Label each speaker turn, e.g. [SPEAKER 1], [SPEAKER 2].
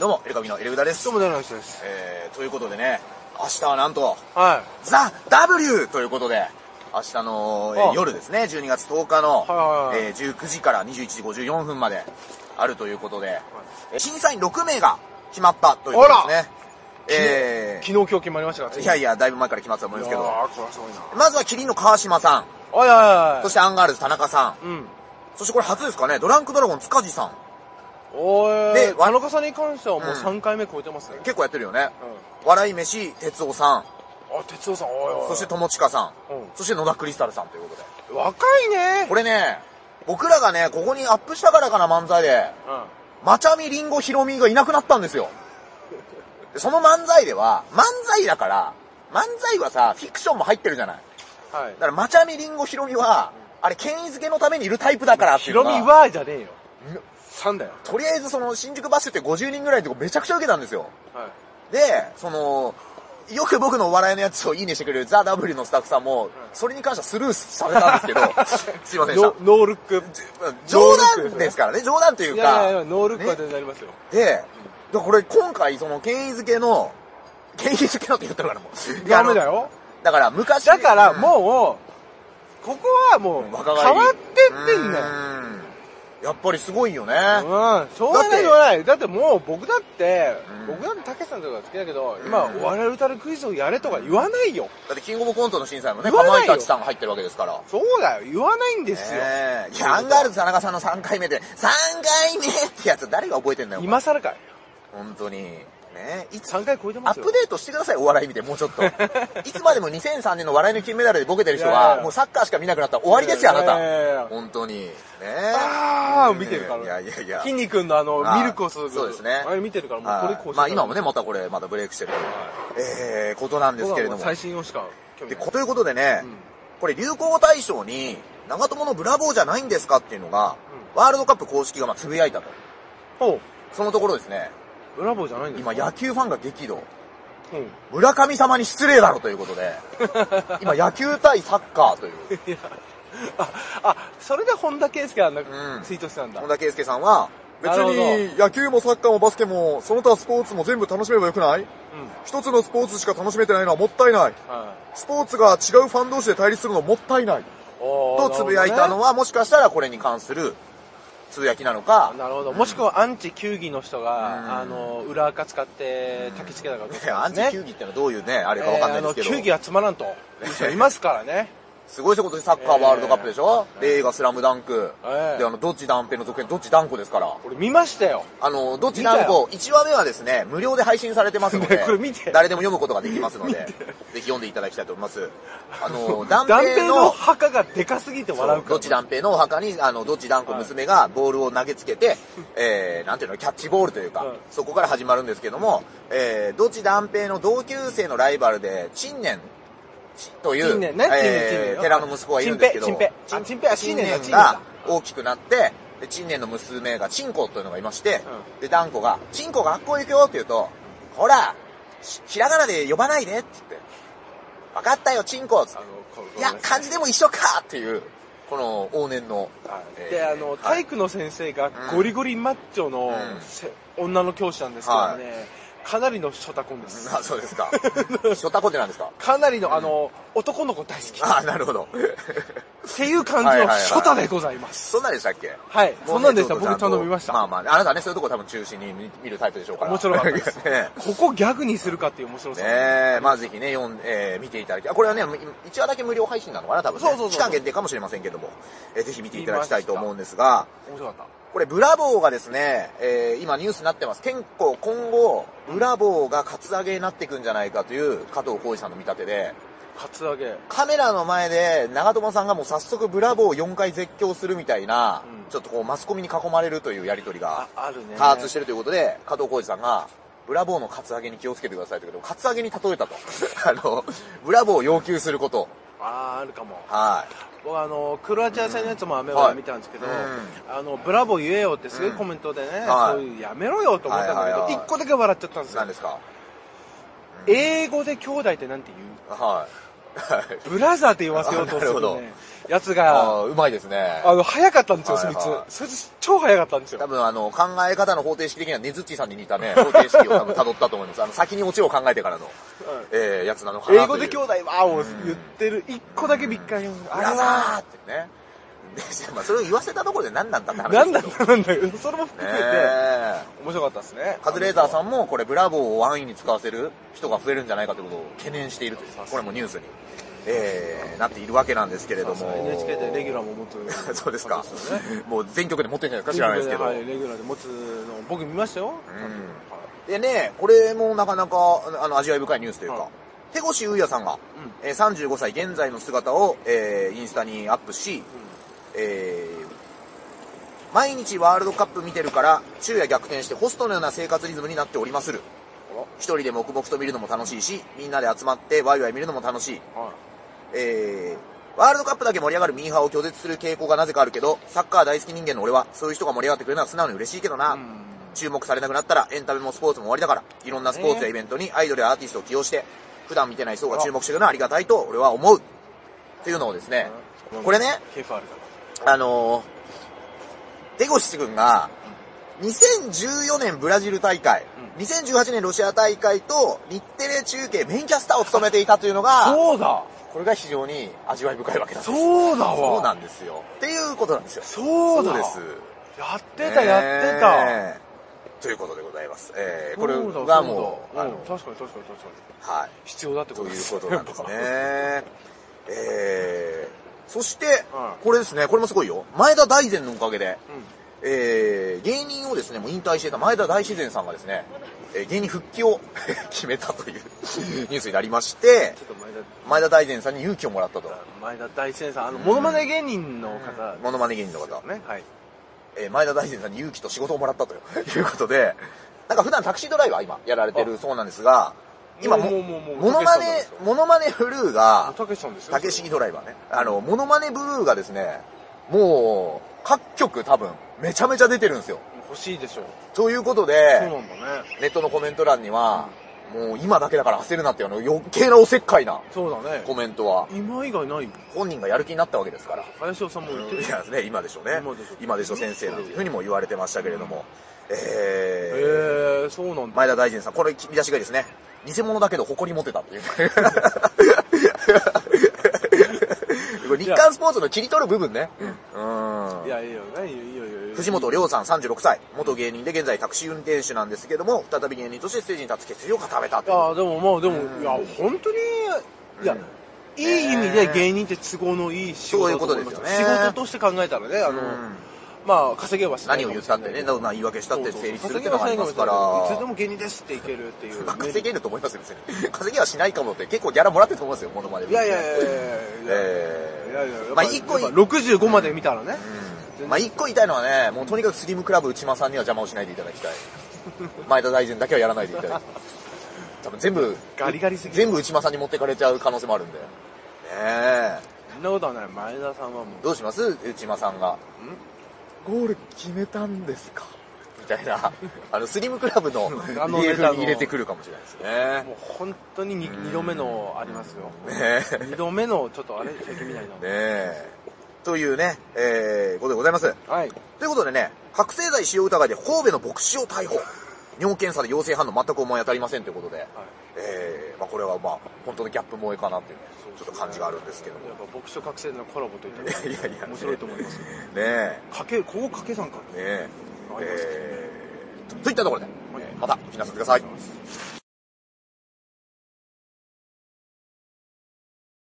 [SPEAKER 1] どうも、エルカビのエルグダです。
[SPEAKER 2] どうも、ダイナミックです。
[SPEAKER 1] えー、ということでね、明日はなんと、
[SPEAKER 2] は
[SPEAKER 1] ザ・ W ということで、明日の、えー
[SPEAKER 2] ああ
[SPEAKER 1] 夜ですね、12月10日の、
[SPEAKER 2] はいはいはい
[SPEAKER 1] えー19時から21時54分まであるということで、えー審査員6名が決まったということですね。え
[SPEAKER 2] い。昨日、今日決まりましたか
[SPEAKER 1] ー、いやいや、だいぶ前から決まってたと思うんですけど、
[SPEAKER 2] ああ、これはすごいな。
[SPEAKER 1] まずはキリンの川島さん、
[SPEAKER 2] はいはい
[SPEAKER 1] そ
[SPEAKER 2] は
[SPEAKER 1] してアンガールズ田中さん、
[SPEAKER 2] い。うん。
[SPEAKER 1] そしてこれ初ですかね、ドランクドラゴン塚地さん、
[SPEAKER 2] おー
[SPEAKER 1] で
[SPEAKER 2] で、和の重ねに関してはもううん3回目超えてますね。
[SPEAKER 1] 結構やってるよね。
[SPEAKER 2] う
[SPEAKER 1] 笑い飯哲夫さん、
[SPEAKER 2] ん。あ、哲夫さん、おいおい。
[SPEAKER 1] そして、友近さん、
[SPEAKER 2] う
[SPEAKER 1] そして野田クリスタルさんということで。
[SPEAKER 2] ん。若いね。
[SPEAKER 1] これね、僕らがね、ここにアップしたからかな漫才で、
[SPEAKER 2] うん。
[SPEAKER 1] まちゃみりんごひろみがいなくなったんですよ。でその漫才では、漫才だから、漫才はさ、フィクションも入ってるじゃない。
[SPEAKER 2] はい
[SPEAKER 1] だ。からまちゃみりんごひろみは、あれ、権威づけのためにいるタイプだからって
[SPEAKER 2] ヒ
[SPEAKER 1] いうの
[SPEAKER 2] ロ
[SPEAKER 1] が
[SPEAKER 2] ミはじゃねえよ。3だよ。
[SPEAKER 1] とりあえずその新宿バッシュって50人ぐらいのとこめちゃくちゃ受けたんですよ。
[SPEAKER 2] はい。
[SPEAKER 1] で、その、よく僕のお笑いのやつをいいねしてくれるザ・ W のスタッフさんも、それに関してはスルーされたんですけど、すいませんでし
[SPEAKER 2] ノ
[SPEAKER 1] た。
[SPEAKER 2] ノールック。
[SPEAKER 1] 冗談ですからね、冗談という
[SPEAKER 2] い
[SPEAKER 1] か。
[SPEAKER 2] やいやいや、ノールックは全然ありますよ。
[SPEAKER 1] で、だからこれ今回その権威づけの、権威づけのって言ったからもう。
[SPEAKER 2] ダメだ
[SPEAKER 1] よ。
[SPEAKER 2] よ。
[SPEAKER 1] だから昔。
[SPEAKER 2] だから
[SPEAKER 1] うん
[SPEAKER 2] もう、ここはもう、変
[SPEAKER 1] 若返り
[SPEAKER 2] わってってんだよ。
[SPEAKER 1] うんやっぱりすごいよね。
[SPEAKER 2] うん、しょうがないしょうがない。だってもう僕だって、
[SPEAKER 1] うん
[SPEAKER 2] 僕だってたけしさんとか好きだけど、
[SPEAKER 1] ん
[SPEAKER 2] 今、お笑い歌のクイズをやれとか言わないよ。
[SPEAKER 1] だってキングオブコントの審査員もね、
[SPEAKER 2] 言わ
[SPEAKER 1] か
[SPEAKER 2] ないよ
[SPEAKER 1] まいたちさんが入ってるわけですから。
[SPEAKER 2] そうだよ、言わないんですよ。
[SPEAKER 1] ねえいや、アンガールズ田中さんの3回目で、3回目ってやつ誰が覚えてんだよ。お前
[SPEAKER 2] 今更かい。
[SPEAKER 1] 本当に。ねいつ
[SPEAKER 2] 3回超えて
[SPEAKER 1] ア
[SPEAKER 2] ます
[SPEAKER 1] ッ
[SPEAKER 2] よ。
[SPEAKER 1] プデートしてください、お笑い見て、もうちょっ と。いつまでも2003年の笑いの金メダルでボケてる人
[SPEAKER 2] いやいやい
[SPEAKER 1] は、
[SPEAKER 2] や
[SPEAKER 1] もうサッカーしか見なくなったら終わりですよ、あない
[SPEAKER 2] やいやい
[SPEAKER 1] た。
[SPEAKER 2] や
[SPEAKER 1] 本当に。ね
[SPEAKER 2] あー見てるから
[SPEAKER 1] いやいやいや。
[SPEAKER 2] 筋肉のあの、
[SPEAKER 1] あー
[SPEAKER 2] ミルクを注ぐ。
[SPEAKER 1] そうですね
[SPEAKER 2] あれ見てるから、もうこれ
[SPEAKER 1] はい
[SPEAKER 2] こう
[SPEAKER 1] まあ今もね、またこれ、まだブレイクしてる、えー、ことなんで
[SPEAKER 2] ですす
[SPEAKER 1] け
[SPEAKER 2] け
[SPEAKER 1] れど
[SPEAKER 2] れど
[SPEAKER 1] も
[SPEAKER 2] も。。最新をしか興味
[SPEAKER 1] で
[SPEAKER 2] ない。
[SPEAKER 1] こ、ということでね、
[SPEAKER 2] うん
[SPEAKER 1] これ流行大賞に、長友のブラボーじゃないんですかっていうのが、ワールドカップ公式がまあつぶやいたと。
[SPEAKER 2] ほう、
[SPEAKER 1] そのところですね、
[SPEAKER 2] ブラボーじゃないんです
[SPEAKER 1] 今
[SPEAKER 2] か
[SPEAKER 1] 野球ファンが激怒。
[SPEAKER 2] うん。い
[SPEAKER 1] 村上様に失礼だろということ で、今野球対サッカーという。
[SPEAKER 2] や、あ、あ、それで本田圭佑はなん
[SPEAKER 1] うん
[SPEAKER 2] か、ツイートしてたんだ
[SPEAKER 1] 本。田圭佑さんは、別
[SPEAKER 2] なるほど
[SPEAKER 1] に野球もサッカーもバスケも、その他スポーツも全部楽しめばよくない
[SPEAKER 2] うん。
[SPEAKER 1] 一つのスポーツしか楽しめてないのはもったいない。
[SPEAKER 2] は
[SPEAKER 1] スポーツが違うファン同士で対立するのはもったいない。
[SPEAKER 2] い。おー
[SPEAKER 1] とつぶやいたのは、もしかしたらこれに関するつぶやきなのか。
[SPEAKER 2] なるほど。もしくはアンチ球技の人
[SPEAKER 1] うん
[SPEAKER 2] が、あの、裏垢使って、焚き付けたかどう
[SPEAKER 1] いや
[SPEAKER 2] か
[SPEAKER 1] アン
[SPEAKER 2] で
[SPEAKER 1] チ
[SPEAKER 2] すね。
[SPEAKER 1] 球技ってのはどういうね、あれかわ
[SPEAKER 2] え
[SPEAKER 1] かん
[SPEAKER 2] ー
[SPEAKER 1] ない
[SPEAKER 2] あ
[SPEAKER 1] で
[SPEAKER 2] の
[SPEAKER 1] すけど。
[SPEAKER 2] 球技はつまらんと。いう人いますからね。
[SPEAKER 1] すごい仕事でサッカーワールドカップでしょ、で映画スラムダンク。
[SPEAKER 2] ええ
[SPEAKER 1] で、あの、どっち断平の続編、どっち断固ですから。
[SPEAKER 2] 俺見ましたよ。、
[SPEAKER 1] あの、どっちなんこ、1話目はですね、無料で配信されてますので
[SPEAKER 2] これ見て
[SPEAKER 1] 誰でも読むことができ ますので、ぜひ読んでいただきたいと思います。あの、断
[SPEAKER 2] 断片
[SPEAKER 1] 平
[SPEAKER 2] の
[SPEAKER 1] の、
[SPEAKER 2] 墓がでかすぎて笑うから。
[SPEAKER 1] どっち断平のお墓に、あの、どっち断固娘がボールを投げつけ て、えー、なんていうの、キャッチボールというか、
[SPEAKER 2] うん
[SPEAKER 1] そこから始まるんですけども、えー、どっち断平の同級生のライバルで、陳年、ちという、
[SPEAKER 2] 陳年ね陳年
[SPEAKER 1] え
[SPEAKER 2] 陳
[SPEAKER 1] ー、
[SPEAKER 2] 年
[SPEAKER 1] 寺の息子がいるんですけど、
[SPEAKER 2] 陳平陳平あ陳平は陳年だ
[SPEAKER 1] 陳
[SPEAKER 2] 陳年
[SPEAKER 1] が
[SPEAKER 2] だ
[SPEAKER 1] 大きくなって、で、陳年の娘がチンコというのがいまして、
[SPEAKER 2] う
[SPEAKER 1] で、ダンコが、チンコ学校行くよって言うと、ほら、しひらがなで呼ばないでって言って、わかったよ、チンコっつっ
[SPEAKER 2] あ
[SPEAKER 1] て
[SPEAKER 2] の、こう
[SPEAKER 1] いや、漢字でも一緒かっていう、この往年の。
[SPEAKER 2] はい
[SPEAKER 1] えー
[SPEAKER 2] で、あの、
[SPEAKER 1] は
[SPEAKER 2] 体
[SPEAKER 1] い
[SPEAKER 2] 育の先生が
[SPEAKER 1] うん
[SPEAKER 2] ゴリゴリマッチョの
[SPEAKER 1] うん
[SPEAKER 2] せ女の教師なんですけどね、かなりのショタコンです。
[SPEAKER 1] あ、そう ですか。ショタコってなんですか
[SPEAKER 2] かなりの、あの、男の子大好き。
[SPEAKER 1] あ、なるほど。
[SPEAKER 2] っていう感じのショタでございます。
[SPEAKER 1] そんなんでしたっけ
[SPEAKER 2] はい。そんなんでした。
[SPEAKER 1] もうね
[SPEAKER 2] 僕ちゃんと見ました
[SPEAKER 1] ま。あまあ、あなたね、そういうとこ多分中心に見見るタイプでしょうから。
[SPEAKER 2] 面白かったです
[SPEAKER 1] ね
[SPEAKER 2] ここギャグにするかっていう面白さ。
[SPEAKER 1] ねえ、まあぜひね、読んえー見ていただき、あ、これはね、1話だけ無料配信なのかな、多分、ね。
[SPEAKER 2] そうそうそう
[SPEAKER 1] 期間限定かもしれませんけども、えーぜひ見ていただきたいと思うんですが、
[SPEAKER 2] 面白かっ
[SPEAKER 1] これ、ブラボーがですね、えー今ニュースになってます。結構今後、ブラボーがカツアゲになっていくんじゃないかという加藤浩二さんの見立てで、
[SPEAKER 2] た。カツアゲ。
[SPEAKER 1] カメラの前で長友さんがもう早速ブラボーを4回絶叫するみたいな、
[SPEAKER 2] うん
[SPEAKER 1] ちょっとこうマスコミに囲まれるというやりとりが
[SPEAKER 2] あ、あるね。
[SPEAKER 1] 多発してるということで、加藤浩次さんが、ブラボーのカツアゲに気をつけてくださいということで、カツアゲに例えたと。 あの、ブラボーを要求すること。
[SPEAKER 2] あーあるかも。
[SPEAKER 1] はい。
[SPEAKER 2] 僕あの、クロアチア戦のやつも雨を見たんですけど、
[SPEAKER 1] うん
[SPEAKER 2] あの、ブラボー言えよってすごいコメントでね、
[SPEAKER 1] はい
[SPEAKER 2] そういうやめろよと思ったんだ
[SPEAKER 1] はいは
[SPEAKER 2] け
[SPEAKER 1] い
[SPEAKER 2] ど、
[SPEAKER 1] はい
[SPEAKER 2] 一個だけ笑っちゃったんですよ
[SPEAKER 1] 何。ですか
[SPEAKER 2] 英語で兄弟ってなんて言う
[SPEAKER 1] ははい
[SPEAKER 2] ブラザーって言わせようとす
[SPEAKER 1] あなるほ
[SPEAKER 2] る、
[SPEAKER 1] ど
[SPEAKER 2] ね、やつ
[SPEAKER 1] あ
[SPEAKER 2] が、
[SPEAKER 1] あうまいですね
[SPEAKER 2] あの、早かったんですよ、
[SPEAKER 1] は
[SPEAKER 2] そ
[SPEAKER 1] い
[SPEAKER 2] い
[SPEAKER 1] はい
[SPEAKER 2] つ。そいつ超早かったんです
[SPEAKER 1] 多
[SPEAKER 2] よ。
[SPEAKER 1] 分あの、考え方の方程式的にはネズッチーさんに似たね、方程式を多分辿ったと思います。あの、先にオチを考えてからの、えー、やつなのかなという。
[SPEAKER 2] 英語で兄弟はを言ってる、一個だけびっくり。あ
[SPEAKER 1] あ
[SPEAKER 2] れ
[SPEAKER 1] れ
[SPEAKER 2] は、
[SPEAKER 1] はーってね。で、まあ、それを言わせたところで何なんだって話です
[SPEAKER 2] な
[SPEAKER 1] け
[SPEAKER 2] ん
[SPEAKER 1] ど
[SPEAKER 2] だなんだそれも
[SPEAKER 1] ね
[SPEAKER 2] 含めて、
[SPEAKER 1] え
[SPEAKER 2] 面白かったですね。
[SPEAKER 1] カズレーザーさんもこれブラボーを安易に使わせる人が増えるんじゃないかということを懸念しているという、これもニュースに、えー、なっているわけなんですけれども。
[SPEAKER 2] NHK でレギュラー
[SPEAKER 1] も。
[SPEAKER 2] も持つ。
[SPEAKER 1] そうですか
[SPEAKER 2] そうですよね。
[SPEAKER 1] もう全局で持ってるんじゃないですか知らないですけど。
[SPEAKER 2] はい、レギュラーで持つの、僕見ましたよ。
[SPEAKER 1] でね、これもなかなか、あの、味わい深いニュースというか、
[SPEAKER 2] はい
[SPEAKER 1] 手越優也さんが、えー35歳現在の姿を、えーインスタにアップし、えー毎日ワールドカップ見てるから、昼夜逆転してホストのような生活リズムになっておりまする。一人で黙々と見るのも楽しいし、みんなで集まってワイワイ見るのも楽しい。
[SPEAKER 2] はい
[SPEAKER 1] えーワールドカップだけ盛り上がるミーハーを拒絶する傾向がなぜかあるけど、サッカー大好き人間の俺は、そういう人が盛り上がってくれるのは素直に嬉しいけどな。注目されなくなったら、エンタメもスポーツも終わりだから、いろんなスポーツやイベントにアイドルやアーティストを起用して、普段見てない人が注目してくれるのはありがたいと俺は思う。っていうのをですね、これね、
[SPEAKER 2] ケフあるか
[SPEAKER 1] あのー、出越君が、2014年ブラジル大会、2018年ロシア大会と日テレ中継メインキャスターを務めていたというの
[SPEAKER 2] ら。
[SPEAKER 1] が、
[SPEAKER 2] そうだ
[SPEAKER 1] これが非常に味わい深いわけなんです。
[SPEAKER 2] そうだわ
[SPEAKER 1] そうなんですよ。っていうことなんですよ。
[SPEAKER 2] そうだ
[SPEAKER 1] です。
[SPEAKER 2] やってた、やってた。
[SPEAKER 1] ねえということでございます。えー、こ
[SPEAKER 2] そうだ
[SPEAKER 1] れ
[SPEAKER 2] そう
[SPEAKER 1] が
[SPEAKER 2] だ
[SPEAKER 1] もう、
[SPEAKER 2] ん
[SPEAKER 1] あの、
[SPEAKER 2] 確かに確かに確かに。
[SPEAKER 1] はい。
[SPEAKER 2] 必要だってことと
[SPEAKER 1] い
[SPEAKER 2] で
[SPEAKER 1] う
[SPEAKER 2] す。
[SPEAKER 1] ことなんですねえー、そして
[SPEAKER 2] う、ん
[SPEAKER 1] これですね、これもすごいよ。前田大然のおかげで、
[SPEAKER 2] うん
[SPEAKER 1] えー、芸人をですね、もう引退していた前田大自然さんがですね、えー芸人復帰を 決めたというニュースになりまして
[SPEAKER 2] ち、ょっと前田、
[SPEAKER 1] 前田大然さんに勇気をもらったと。
[SPEAKER 2] 前田大先生さん、あの、モノマネ芸人の方、
[SPEAKER 1] モノマネ芸人の方、
[SPEAKER 2] ね、はい。
[SPEAKER 1] えー前田大然さんに勇気と仕事をもらったということで、なんか普段タクシードライバー今やられてるそうなんですが、今も、
[SPEAKER 2] もうもうもう
[SPEAKER 1] モノマネ
[SPEAKER 2] たけしさんなんですよ、
[SPEAKER 1] モノマネブルーが、
[SPEAKER 2] たけしさんですよ。
[SPEAKER 1] たけしぎドライバーね。あの、モノマネブルーがですね、もう、各局多分、めちゃめちゃ出てるんですよ。
[SPEAKER 2] 欲しいでしょう。
[SPEAKER 1] ということ
[SPEAKER 2] そう
[SPEAKER 1] で、
[SPEAKER 2] なんだね。
[SPEAKER 1] ネットのコメント欄には、もう今だけだから焦るなっていうあの余計なおせっかいな
[SPEAKER 2] そうだね。
[SPEAKER 1] コメントは、
[SPEAKER 2] 今以外ないよ。
[SPEAKER 1] 本人がやる気になったわけですから。
[SPEAKER 2] 林尾さんも言ってる
[SPEAKER 1] い。やね、今でしょうね
[SPEAKER 2] 今でしょ。
[SPEAKER 1] 今でしょ先生なんていうふうにも言われてましたけれども。
[SPEAKER 2] え
[SPEAKER 1] えー、
[SPEAKER 2] ー、そうなんだ。
[SPEAKER 1] 前田大臣さん、これ見出しがいいですね。偽物だけど誇り持てた っていう。これ日刊スポーツの切り取る部分ね。うん
[SPEAKER 2] いや、いいよね、いいよ、いいよ、いいよ。
[SPEAKER 1] 藤本涼さん36歳、元芸人で現在タクシー運転手なんですけども、再び芸人としてステージに立つ決意を固めた
[SPEAKER 2] い
[SPEAKER 1] という。
[SPEAKER 2] や、でもまあ、でも、いや、本当に、いや、いい意味で芸人って都合のいい仕
[SPEAKER 1] そ
[SPEAKER 2] 事だ思いま
[SPEAKER 1] ういうことですよね
[SPEAKER 2] 仕事として考えたらね、あの
[SPEAKER 1] うん、
[SPEAKER 2] まあ、稼げはしな
[SPEAKER 1] 何
[SPEAKER 2] いか
[SPEAKER 1] を
[SPEAKER 2] も
[SPEAKER 1] 言っ
[SPEAKER 2] したれ
[SPEAKER 1] っ
[SPEAKER 2] な
[SPEAKER 1] て
[SPEAKER 2] い
[SPEAKER 1] ね、どんな言い訳したって
[SPEAKER 2] そうそう
[SPEAKER 1] 成立するってのがありますか
[SPEAKER 2] 稼げはしないかもしれないけどいつで
[SPEAKER 1] ら。
[SPEAKER 2] も芸人ですっていけるっていう、
[SPEAKER 1] まあ 稼げると思いますよ、別に。稼げはしないかもって、結構ギャラもらってると思うんですよ、モノマネ。
[SPEAKER 2] いやいやいやいやいやいや
[SPEAKER 1] え
[SPEAKER 2] いやいややっぱ
[SPEAKER 1] まあ一個い
[SPEAKER 2] やっぱ65まで見たらね、
[SPEAKER 1] ーまあ一個言いたいのはね、もうとにかくスリムクラブ内間さんには邪魔をしないでいただ きたい。前田大臣だけはやらないでいただきたい。多分全部、
[SPEAKER 2] ガリガリすぎる
[SPEAKER 1] 全部内間さんに持ってかれちゃう可能性もあるんで。ねえ。
[SPEAKER 2] そんなことはない前田さんはも
[SPEAKER 1] どうします内間さんが。ゴール決めたんですかみたい な、あの、スリムクラブの
[SPEAKER 2] あの
[SPEAKER 1] リエ
[SPEAKER 2] ネ
[SPEAKER 1] フ
[SPEAKER 2] タの
[SPEAKER 1] に入れてくるかもしれないです
[SPEAKER 2] う
[SPEAKER 1] ね。
[SPEAKER 2] もう本当に 2, 度目のありますよ
[SPEAKER 1] ねえ。
[SPEAKER 2] 2度目のちょっとあれ最近みたい
[SPEAKER 1] ね
[SPEAKER 2] な、
[SPEAKER 1] え。というね、えー、ことでございます。
[SPEAKER 2] はい
[SPEAKER 1] ということでね、覚醒剤使用疑いで神戸の牧師を逮捕。尿検査で陽性反応全く思い当たりませんということで、えー、まあこれはまあ本当のギャップ萌えかなっていうね、ちょっと感じがあるんですけども。
[SPEAKER 2] やっぱ牧師と覚醒のコラボといった
[SPEAKER 1] いやいや
[SPEAKER 2] ら面白いと思いますよ
[SPEAKER 1] ねえ、
[SPEAKER 2] かけここかけ算か
[SPEAKER 1] ねえ
[SPEAKER 2] あ、ります
[SPEAKER 1] えー、とといったところで、
[SPEAKER 2] はい
[SPEAKER 1] またお聞きなさってください。